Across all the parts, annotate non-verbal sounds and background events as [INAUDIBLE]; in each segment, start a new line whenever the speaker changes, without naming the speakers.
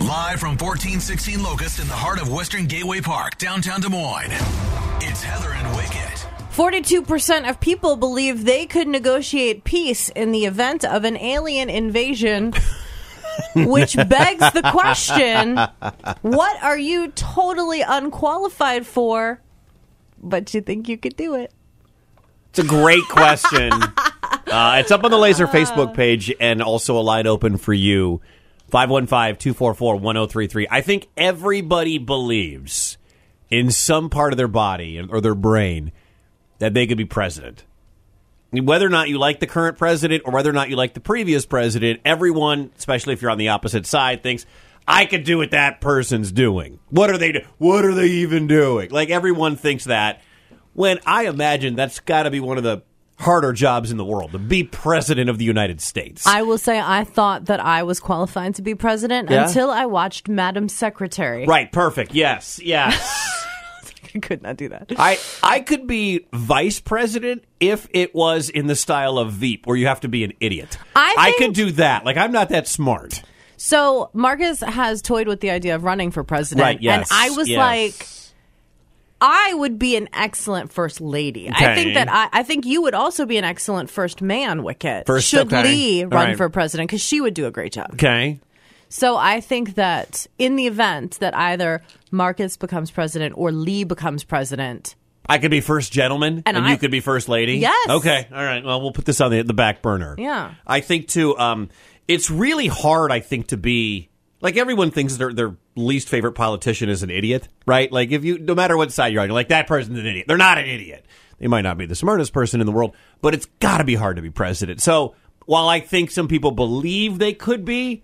Live from 1416 Locust in the heart of Western Gateway Park, downtown Des Moines. It's Heather and Wicket.
42% of people believe they could negotiate peace in the event of an alien
[LAUGHS]
invasion, which begs the question what are you totally unqualified for, but you think you could do it?
It's a great question. uh, it's up on the Laser Facebook page and also a line open for you 515 244 1033. I think everybody believes in some part of their body or their brain that they could be president. Whether or not you like the current president or whether or not you like the previous president, everyone, especially if you're on the opposite side, thinks I could do what that person's doing. What are they? Do- what are they even doing? Like everyone thinks that. When I imagine that's got to be one of the harder jobs in the world to be president of the United States.
I will say I thought that I was qualified to be president
Yeah?
until I watched Madam Secretary.
right? Perfect. Yes. Yes.
[LAUGHS] I could not do that.
I I could be vice president if it was in the style of Veep, where you have to be an idiot.
I
I
think-
could do that. Like I'm not that smart.
So Marcus has toyed with the idea of running for president.
Right, yes,
And I was
yes.
like, I would be an excellent first lady. I
Okay.
think that I, I think you would also be an excellent first man, Wicket.
First-
Should
okay.
Lee
All
run
right.
for president? Because she would do a great job.
Okay.
So I think that in the event that either Marcus becomes president or Lee becomes president,
I could be first gentleman, and,
And I-
you could be first lady.
Yes.
Okay. All right. Well, we'll put this on the, the back burner.
Yeah.
I think too. Um, it's really hard. I think to be like everyone thinks their their least favorite politician is an idiot, right? Like if you, no matter what side you're on, you're like that person's an idiot. They're not an idiot. They might not be the smartest person in the world, but it's got to be hard to be president. So while I think some people believe they could be,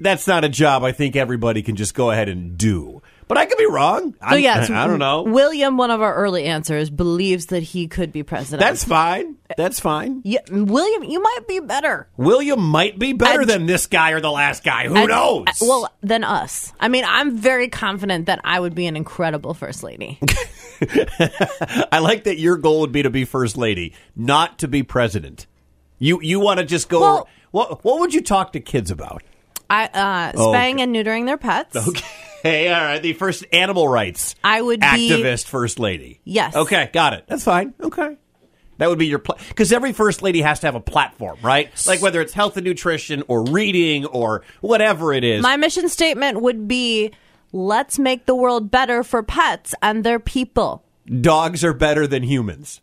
that's not a job I think everybody can just go ahead and do. But I could be wrong.
so
I, [LAUGHS]
yes,
I don't know.
William, one of our early answers, believes that he could be president.
That's fine. That's fine.
yeah, William. You might be better.
William might be better
I'd-
than this guy or the last guy. Who
And-
knows?
uh, Well, than us. I mean, I'm very confident that I would be an incredible first
[LAUGHS]
lady.
I like that your goal would be to be first lady, not to be president. You you want to just go?
Well-
what what would you talk to kids about?
I uh,
Oh,
spaying
okay.
and neutering their pets.
Okay, [LAUGHS] all right. The first animal rights.
I would be-
activist first lady.
Yes.
Okay, got it. That's fine. Okay. That would be your pla because every first lady has to have a platform, right? Like whether it's health and nutrition or reading or whatever it is.
My mission statement would be: Let's make the world better for pets and their people.
Dogs are better than humans.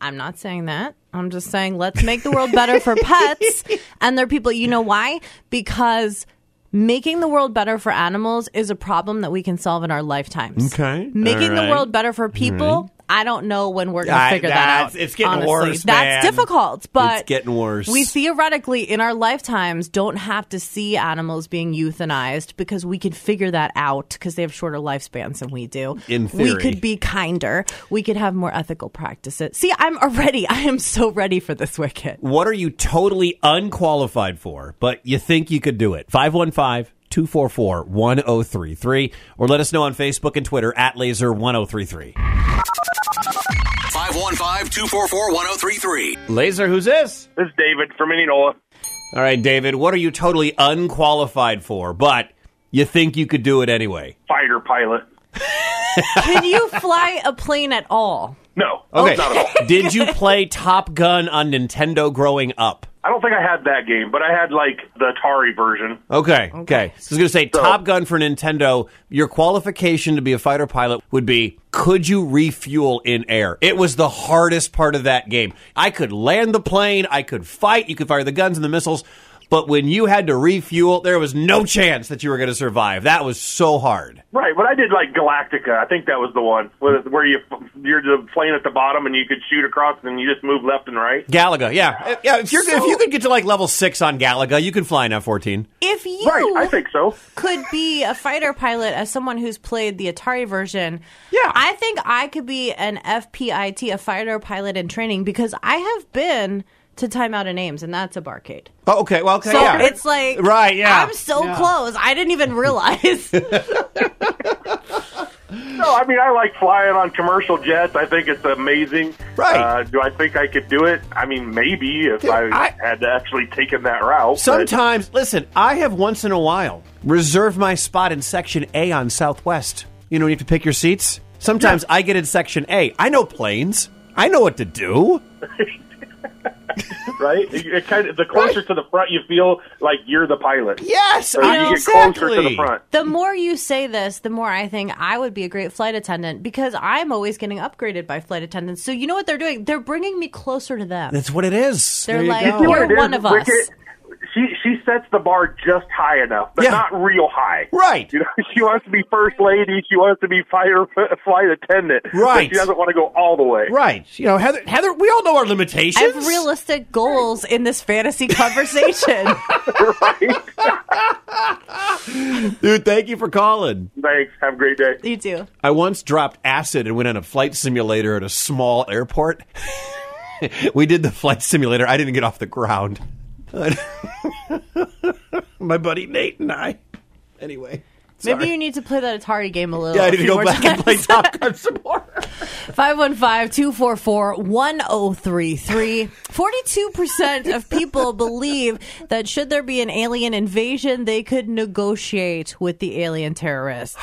I'm not saying that. I'm just saying let's make the world better for
[LAUGHS]
pets and their people. You know why? Because making the world better for animals is a problem that we can solve in our lifetimes.
Okay.
Making the
All right. Mm-hmm.
world better for people, I don't know when we're going
I-
to figure that
that's-
out.
it's getting
honestly.
worse, man.
That's difficult, but
It's getting worse.
We theoretically in our lifetimes don't have to see animals being euthanized because we can figure that out because they have shorter lifespans than we do.
In
we
theory.
could be kinder. We could have more ethical practices. See, I'm already, [LAUGHS] I am so ready for this wicket.
What are you totally unqualified for, but you think you could do it? 515 244 1033. Or let us know on Facebook and Twitter at laser1033.
515 244 1033.
Laser, who's this?
This is David from Indianola.
All right, David, what are you totally unqualified for, but you think you could do it anyway? [LAUGHS]
Fighter pilot.
Can you fly a plane at all?
No. Not at all.
Did you play Top Gun on Nintendo growing up?
I don't think I had that game, but I had like the Atari version.
Okay. Okay. So I was going to say Top Gun for Nintendo, your qualification to be a fighter pilot would be could you refuel in air? It was the hardest part of that game. I could land the plane, I could fight, you could fire the guns and the missiles, but when you had to refuel, there was no chance that you were going to survive. That was so hard.
Right, but I did like Galactica. I think that was the one where where you you're the plane at the bottom and you could shoot across and you just move left and right.
Galaga, yeah. Uh, Yeah, if you're if you could get to like level 6 on Galaga, you can fly an F14.
If you
Right, I think so.
could be a fighter pilot as someone who's played the Atari version,
Yeah.
I think I could be an FPIT, a fighter pilot in training, because I have been to Time Out and Ames, and that's a barcade.
Oh, okay. Well, okay.
So
yeah.
it's like
Right, yeah. [LAUGHS]
I'm so close. I didn't even realize.
No, I mean, I like flying on commercial jets. I think it's amazing.
Right.
Uh, do I think I could do it? I mean, maybe if
Dude,
I,
I-
had actually taken that route. but-
Sometimes, listen, I have once in a while reserved my spot in section A on Southwest. You know, you have to pick your seats. Sometimes I get in section A. I know planes. I know what to do.
right? It, it kind of the closer to the front you feel like you're the pilot.
Yes,
so
I
you
know
get
exactly.
closer to the front.
[LAUGHS] The more you say this, the more I think I would be a great flight attendant because I'm always getting upgraded by flight attendants. So you know what they're doing? They're bringing me closer to them.
That's what it is.
They're
There you
like,
go.
You're
It is
one of us.
wicked. She she sets the bar just high enough, but
Yeah.
not real high.
Right.
You know, [LAUGHS] she wants to be first lady. She wants to be fire, [LAUGHS] flight attendant.
Right.
But she doesn't want to go all the way.
Right. You know, Heather, Heather, we all know
I
our limitations.
have realistic goals in this fantasy conversation.
[LAUGHS] Dude, thank you for calling.
Thanks. Have a great day.
you do.
I once dropped acid and went on a flight simulator at a small airport. [LAUGHS] we did the flight simulator. I didn't get off the ground. [LAUGHS] My buddy Nate and I. Anyway.
Maybe
sorry.
you need to play that Atari game a little.
Yeah, I
a
need to
few
go
more
back and play Top Gun some more.
515-244-1033. 42% of people believe that should there be an alien invasion, they could negotiate with the alien terrorists.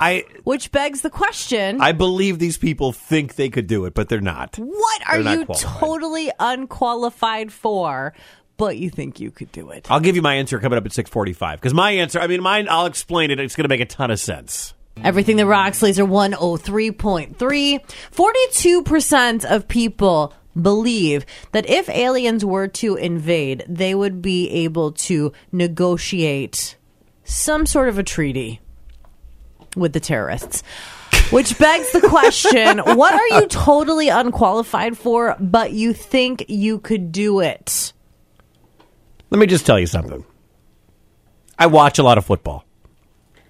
I
Which begs the question,
I believe these people think they could do it, but they're not.
what are
They're not
you
qualified.
totally unqualified for, but you think you could do it?
I'll give you my answer coming up at 645. Because my answer, I mean, mine, I'll explain it. It's going to make a ton of sense.
Everything that rocks laser 103.3. 42% of people believe that if aliens were to invade, they would be able to negotiate some sort of a treaty with the terrorists. Which begs the
[LAUGHS]
question what are you totally unqualified for, but you think you could do it?
Let me just tell you something. I watch a lot of football.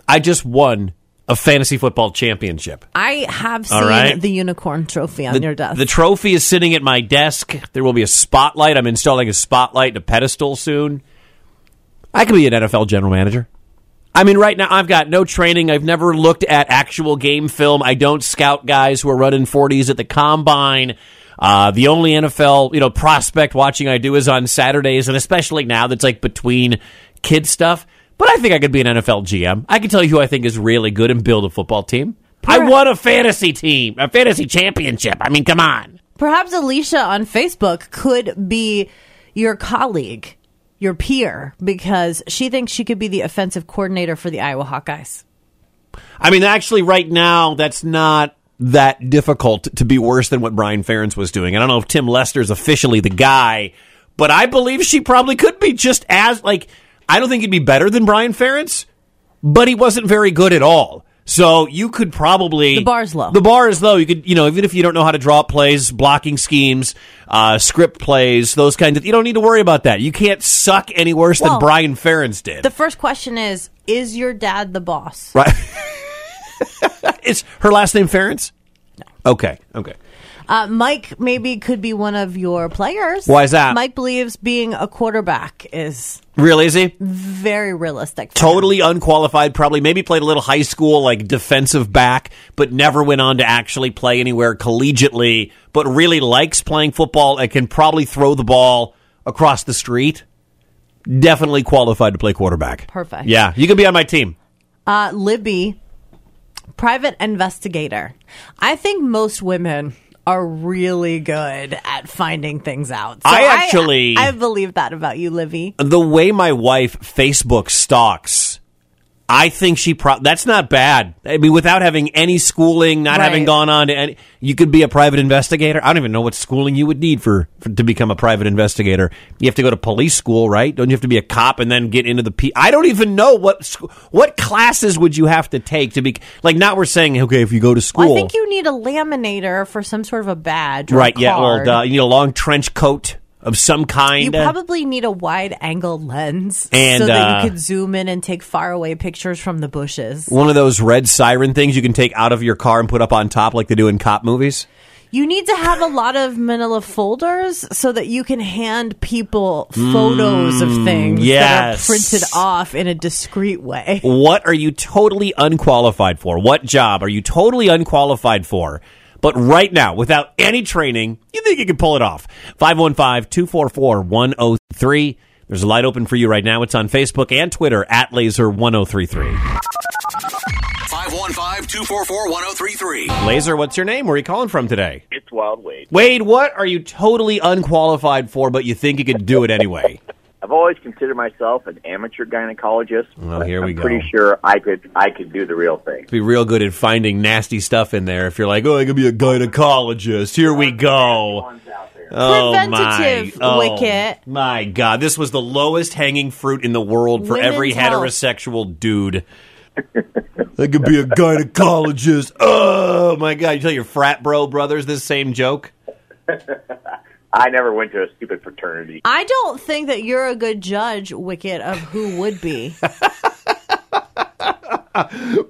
I just won a fantasy football championship.
I have
All
seen
right.
the unicorn trophy on your desk.
The trophy is sitting at my desk. There will be a spotlight. I'm installing a spotlight and a pedestal soon. I could be an NFL general manager. I mean, right now I've got no training. I've never looked at actual game film. I don't scout guys who are running 40s at the combine. Uh, the only NFL, you know, prospect watching I do is on Saturdays, and especially now that's like between kid stuff. But I think I could be an NFL GM. I can tell you who I think is really good and build a football team. I won a fantasy team, a fantasy championship. I mean, come on.
Perhaps Alicia on Facebook could be your colleague, your peer, because she thinks she could be the offensive coordinator for the Iowa Hawkeyes.
I mean, actually, right now, that's not that difficult to be worse than what Brian Ferentz was doing. I don't know if Tim Lester's officially the guy, but I believe she probably could be just as like. I don't think he'd be better than Brian Ferentz, but he wasn't very good at all. So you could probably
The bar's low.
The bar is low. You could, you know, even if you don't know how to draw up plays, blocking schemes, uh, script plays, those kinds of. You don't need to worry about that. You can't suck any worse
Well,
than Brian Ferentz did.
The first question is Is your dad the boss?
[LAUGHS] Right. Is her last name Ference? No. Okay. Okay.
Uh, Mike maybe could be one of your players.
Why is that?
Mike believes being a quarterback is
Really? Is he
very realistic. for him.
totally unqualified? Probably. Maybe played a little high school, like defensive back, but never went on to actually play anywhere collegiately. But really likes playing football and can probably throw the ball across the street. Definitely qualified to play quarterback.
Perfect.
Yeah, you can be on my team.
Uh, Libby, private investigator. I think most women are really good at finding things out. So
I actually-
I, believe that about you, Libby.
the way my wife Facebook stalks, I think she pro- that's not bad. I mean, without having any schooling, not
Right.
having gone on to any, you could be a private investigator. I don't even know what schooling you would need for, for to become a private investigator. You have to go to police school, right? Don't you have to be a cop and then get into the P? I don't even know what sc- what classes would you have to take to be like. Not we're saying okay if you go to school.
Well, I think you need a laminator for some sort of a badge, or a
right? Yeah, well,
card.
duh, you need a long trench coat of some kind.
You probably need a wide angle lens
And,
so that you
uh,
could zoom in and take faraway pictures from the bushes.
one of those red siren things you can take out of your car and put up on top like they do in cop movies.
You need to have a lot of manila folders so that you can hand people photos of things that
Mm, yes.
are printed off in a discreet way.
What are you totally unqualified for? What job are you totally unqualified for? But right now, without any training, you think you can pull it off. 515 244 1033. There's a light open for you right now. It's on Facebook and Twitter at Laser1033.
515 244 1033.
Laser, what's your name? Where are you calling from today?
It's Wild Wade.
Wade, what are you totally unqualified for, but you think you could do it anyway?
I've always considered myself an amateur gynecologist.
Well,
but
here we
I'm
go.
Pretty sure I could I could do the real thing.
Be real good at finding nasty stuff in there. If you're like, oh, I could be a gynecologist. Here we go. Oh,
Preventative,
my. Oh,
Wicket.
My God, this was the lowest hanging fruit in the world for
Women's
every
health.
heterosexual dude. I could be a gynecologist. Oh my God! You tell your frat bro brothers this same joke.
I never went to a stupid fraternity.
I don't think that you're a good judge, Wicket, of who would
[LAUGHS]
be.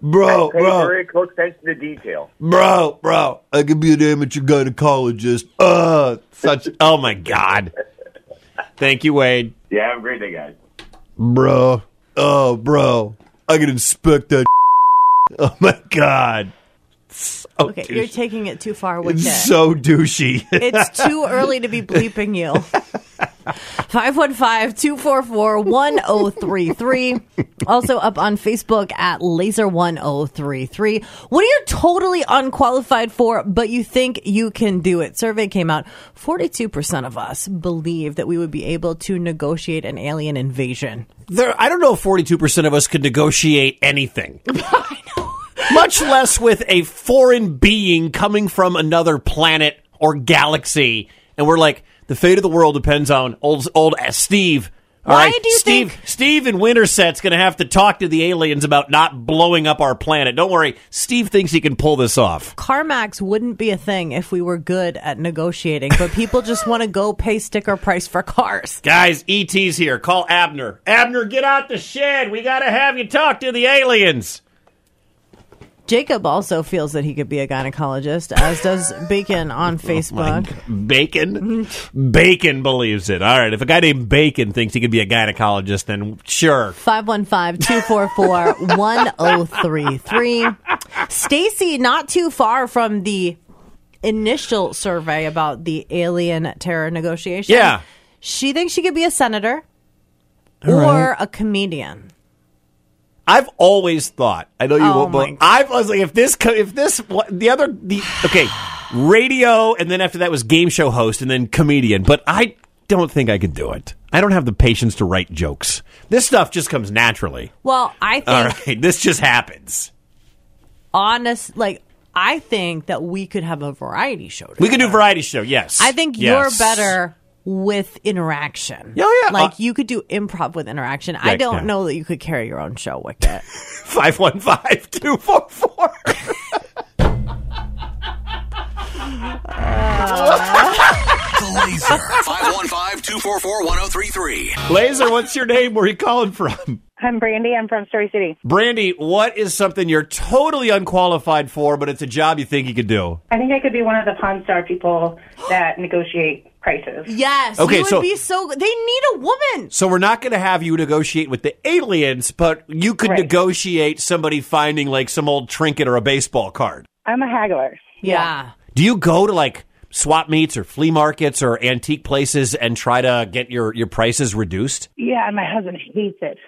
Bro,
Pay
bro,
very close attention to detail.
bro, bro. I could be an amateur gynecologist. Uh,
Such. Oh my God. Thank you, Wade.
Yeah, have a great day, guys.
bro. Oh, bro. I could inspect that. [LAUGHS] Oh my god. So
Oh,
Okay,
douche-
you're taking it too far, Wicket.
so douchey. [LAUGHS]
It's too early to be bleeping you. 515-244-1033. Also up on Facebook at laser1033. What are you totally unqualified for, but you think you can do it? Survey came out. 42% of us believe that we would be able to negotiate an alien invasion.
There, I don't know if forty-two percent of us could negotiate
[LAUGHS]
anything. Much less with a foreign being coming from another planet or galaxy, and we're like, the fate of the world depends on old old uh, Steve. All
Why
right,
do you
Steve?
think-
Steve in Winterset's going to have to talk to the aliens about not blowing up our planet. Don't worry, Steve thinks he can pull this off.
CarMax wouldn't be a thing if we were good at negotiating, but people just want to go pay sticker price for cars.
Guys, ET's here. Call Abner. Abner, get out the shed. We got to have you talk to the aliens.
Jacob also feels that he could be a gynecologist, as does Bacon
[LAUGHS] Oh,
on Facebook.
Bacon? Bacon believes it. All right. If a guy named Bacon thinks he could be a gynecologist, then sure.
515-244-1033. Stacy, not too far from the initial survey about the alien terror negotiation.
Yeah.
She thinks she could be a senator or a comedian.
I've always thought. I know you
Oh
won't, but
my-
I've I was like, if this, co- if this, what- the other, the okay, radio, and then after that was game show host, and then comedian. But I don't think I could do it. I don't have the patience to write jokes. This stuff just comes naturally.
Well, I think
All right, [LAUGHS] this just happens.
honest like I think that we could have a variety show.
We could do
together.
variety show. Yes,
I think
Yes.
you're
[LAUGHS]
better with interaction.
Yeah, yeah.
Like
Uh,
you could do improv with interaction. I
Right,
don't
yeah.
know that you could carry your own show with
[LAUGHS]
it.
515 244.
The Laser. 515 244 1033.
Laser, what's your name? Where are you calling from?
I'm Brandy. I'm from Story City.
Brandy, what is something you're totally unqualified for, but it's a job you think you could do?
I think I could be one of the Pawn Star [GASPS] people that negotiate prices.
yes.
Okay,
you would
so-
be so good. They need a woman.
So we're not going to have you negotiate with the aliens, but you could
Right.
negotiate somebody finding like some old trinket or a baseball card.
I'm a haggler.
Yeah.
Do you go to like swap meets or flea markets or antique places and try to get your, your prices reduced?
Yeah, and my husband hates it.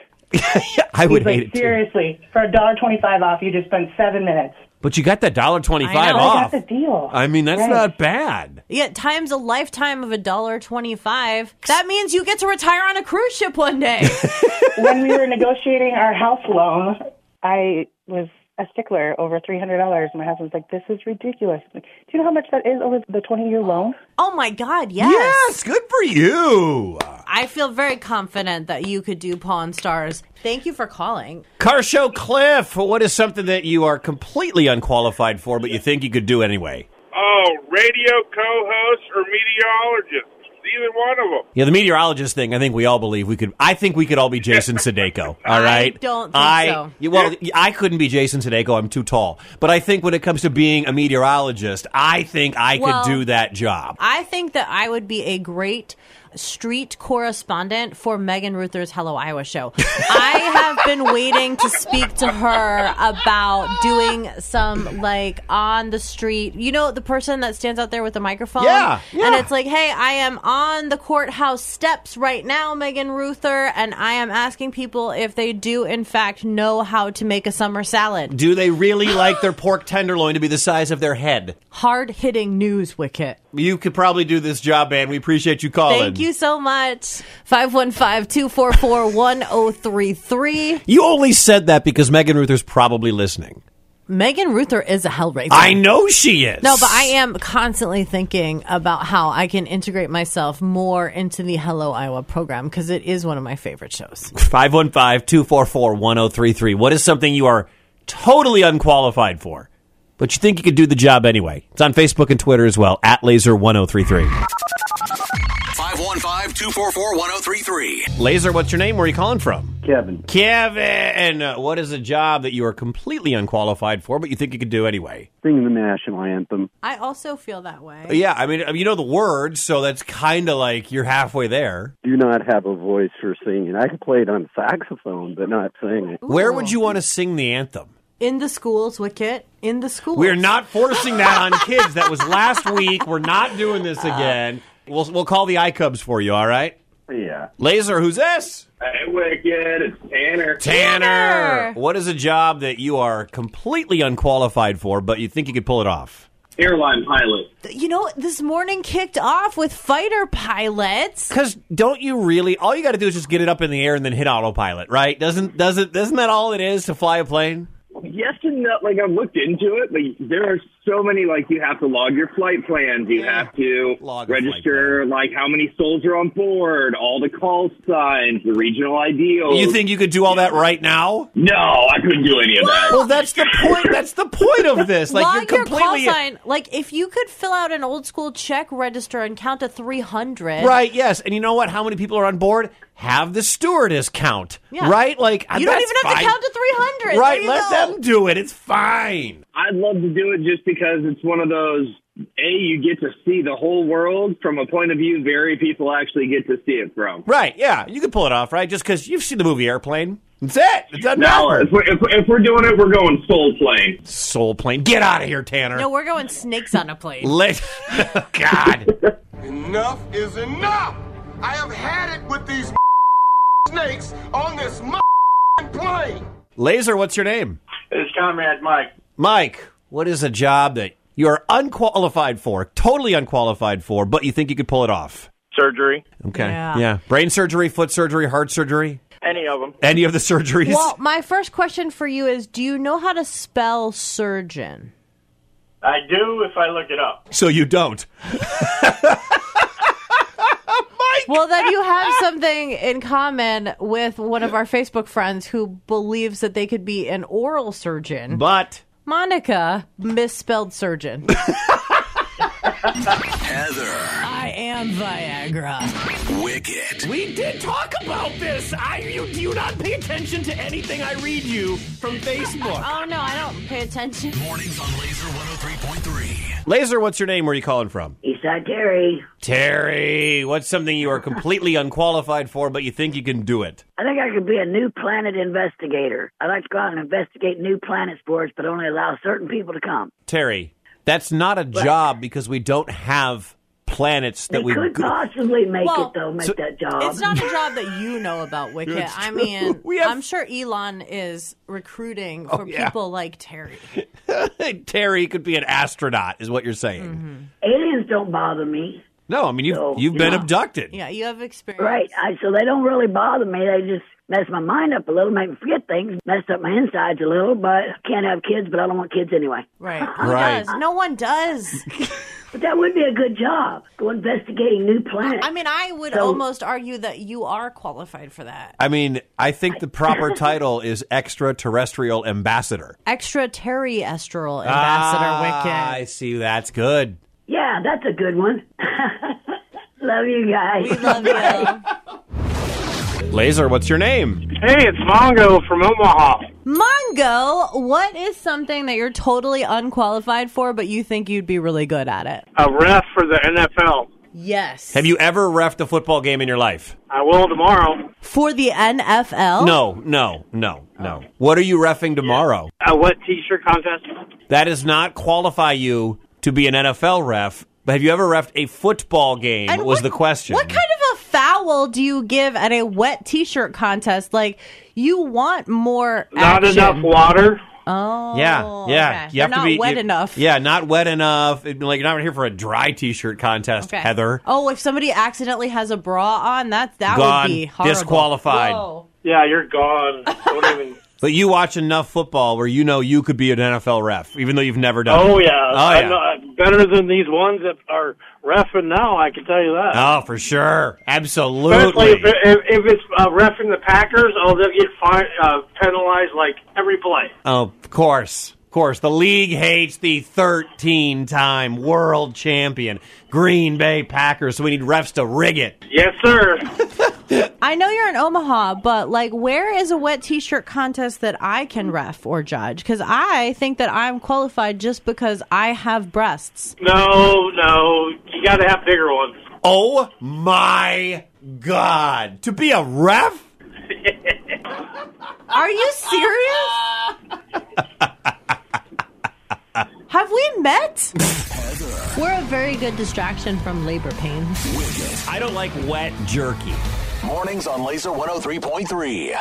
I would
He's like,
hate it too.
seriously, for a dollar twenty-five off, you just spent seven minutes.
But you got that dollar twenty
I
five
know.
I
off.
got the deal.
I mean, that's
Right.
not bad.
Yeah, times a lifetime of a dollar twenty five. That means you get to retire on a cruise ship one
[LAUGHS]
day.
when we were negotiating our house loan, I was a stickler over three hundred dollars. My husband's like, "This is ridiculous." I'm like, Do you know how much that is over the twenty-year loan?
oh my god, yes.
Yes, good for you.
I feel very confident that you could do Pawn Stars. Thank you for calling.
Car show Cliff, what is something that you are completely unqualified for, but you think you could do anyway?
Oh, radio co-host or meteorologist.
either one of them.
Yeah, the meteorologist thing. I think we all believe we could. I think we could all be
[LAUGHS]
Jason Sudeiko. All right.
don't think
I,
so.
y- Well, I couldn't be Jason Sudeiko. I'm too tall. But I think when it comes to being a meteorologist, I think I
Well-
could do that job.
I think that I would be a great street correspondent for Megan Ruther's Hello Iowa
[LAUGHS]
show. I have been waiting to speak to her about doing some like on the street. You know the person that stands out there with the microphone?
Yeah,
And
yeah.
it's like, "Hey, I am on the courthouse steps right now, Megan Ruther, and I am asking people if they do in fact know how to make a summer salad."
Do they
[GASPS]
really like their pork tenderloin to be the size of their head?
Hard-hitting news wicket.
You could probably do this job, man. We appreciate you calling.
Thank you so much. 515-244-1033.
You only said that because Megan Ruther's probably listening.
Megan Ruther is a hellraiser.
I know she is.
No, but I am constantly thinking about how I can integrate myself more into the Hello Iowa program because it is one of my favorite shows.
515-244-1033. What is something you are totally unqualified for, but you think you could do the job anyway? It's on Facebook and Twitter as well, at Laser1033.
515-244-1033.
Laser, what's your name? Where are you calling from?
Kevin.
Kevin. Uh, What is a job that you are completely unqualified for, but you think you could do anyway?
Singing the national anthem.
I also feel that way.
Yeah, I mean, I mean, you know the words, so that's kind of like you're halfway there.
Do not have a voice for singing. I could play it on saxophone, but not sing it.
Where would you want to sing the anthem?
In the schools, Wicket. In the schools.
We're not forcing that [LAUGHS] on kids. That was last week. We're not doing this again. We'll we'll call the iCubs for you. All right.
Yeah.
Laser, who's this?
Hey, Wicked, it's Tanner.
Tanner.
Tanner.
What is a job that you are completely unqualified for, but you think you could pull it off?
Airline pilot.
You know, this morning kicked off with fighter pilots.
Because don't you really? All you got to do is just get it up in the air and then hit autopilot, right? Doesn't doesn't isn't that all it is to fly a plane?
Yes and no. Like I've looked into it, but there are so many. Like you have to log your flight plans. You have to
Log a flight
register like how many souls are on board, all the call signs, the regional ideals.
You think you could do all that right now?
No, I couldn't do any of that.
Well, that's the point. That's the point of this. Like
Log
you're completely
your call sign. Like if you could fill out an old school check register and count to three hundred.
Right, yes. And you know what? How many people are on board? Have the stewardess count.
Yeah.
Right? Like
You don't even have to count to three hundred.
Uh, Right, let them do it. It's fine.
I'd love to do it just because it's one of those. A, you get to see the whole world from a point of view very people actually get to see it from.
Right, yeah. You can pull it off, right? Just because you've seen the movie Airplane. That's it. It doesn't
No,
matter.
if we're, if, if we're doing it, we're going soul plane.
Soul plane. Get out of here, Tanner.
No, we're going snakes on a plane.
Let [LAUGHS] God.
Enough is enough! I have had it with these [LAUGHS] snakes on this [LAUGHS] plane!
Laser, what's your name?
It's Comrade Mike.
Mike, what is a job that you are unqualified for, totally unqualified for, but you think you could pull it off?
Surgery.
Okay.
Yeah.
yeah. Brain surgery, foot surgery, heart surgery,
Any of them.
any of the surgeries?
Well, my first question for you is: Do you know how to spell surgeon?
I do if I look it up.
so you don't.
Well, then you
[LAUGHS]
have something in common with one of our Facebook friends who believes that they could be an oral surgeon.
But
Monica misspelled
[LAUGHS]
surgeon.
Heather.
I am Viagra.
Wicket.
We did talk about this. I you do you not pay attention to anything I read you from Facebook.
Oh no, I don't pay attention.
Mornings on Laser 103.3.
Laser, what's your name? Where are you calling from?
Eastside Terry.
Terry. What's something you are completely [LAUGHS] unqualified for, but you think you can do it?
I think I could be a new planet investigator. I like to go out and investigate new planets for us, but only allow certain people to come.
Terry, that's not a job because we don't have planets that
they
we
could
go- [LAUGHS]
possibly make
Well,
it though, make
so-
that job.
It's not
[LAUGHS]
a job that you know about, Wicket. I mean,
We have- Oh,
I'm sure Elon is recruiting for
yeah.
people like Terry.
Terry could be an astronaut, is what you're saying.
Mm-hmm.
Aliens don't bother me,
No, I mean you've
No.
you've been
Yeah.
abducted.
Yeah, you have experience.
right? I, so they don't really bother me. They just mess my mind up a little, make me forget things, mess up my insides a little. But can't have kids, but I don't want kids anyway. [LAUGHS]
Right. Who
Right.
does? No one does.
But that would be a good job. Go investigating new planets.
I mean, I would
So-
almost argue that you are qualified for that.
I mean, I think the [LAUGHS] proper title is extraterrestrial ambassador.
Extraterrestrial ambassador
Ah,
Wicket.
I see. That's good.
yeah, that's a good one. Love you guys. We love you.
Laser, what's your name?
Hey, it's Mongo from Omaha.
Mongo, what is something that you're totally unqualified for, but you think you'd be really good at it?
A ref for the NFL.
Yes.
Have you ever refed a football game in your life?
I will tomorrow.
For the NFL?
No, no, no, no. What are you refing tomorrow?
A Uh, what t-shirt contest?
That does not qualify you to be an NFL ref. But have you ever refed a football game?
And
was
what-
the question.
What kind of a foul do you give at a wet t-shirt contest? Like you want more
Not
action.
enough water.
Oh.
yeah, yeah.
okay.
You have
They're
to
not
be
wet
you-
enough.
Yeah, not wet enough. It- Like you're not here for a dry T-shirt contest,
Okay.
Heather.
Oh, if somebody accidentally has a bra on, that that
Gone.
would be horrible.
Disqualified.
Whoa.
Yeah, you're gone. Don't even.
But you watch enough football where you know you could be an NFL ref, even though you've never done.
Oh
it.
yeah.
[LAUGHS] oh yeah.
I'm not- better than these ones that are refing now. I can tell you that.
Oh, for sure,
Especially if,
absolutely.
if, if it's uh, refing the Packers, oh, they'll get fine, uh, penalized like every play.
Oh, of course. Of course. The league hates the 13 time world champion Green Bay Packers, so we need refs to rig it.
Yes, sir.
I know you're in Omaha, but like, where is a wet T-shirt contest that I can ref or judge? Because I think that I'm qualified just because I have breasts.
No, no, you got to have bigger ones.
Oh my God. To be a ref?
Are you serious? Have we met? We're a very good distraction from labor pains.
I don't like wet jerky.
Mornings on Laser 103.3.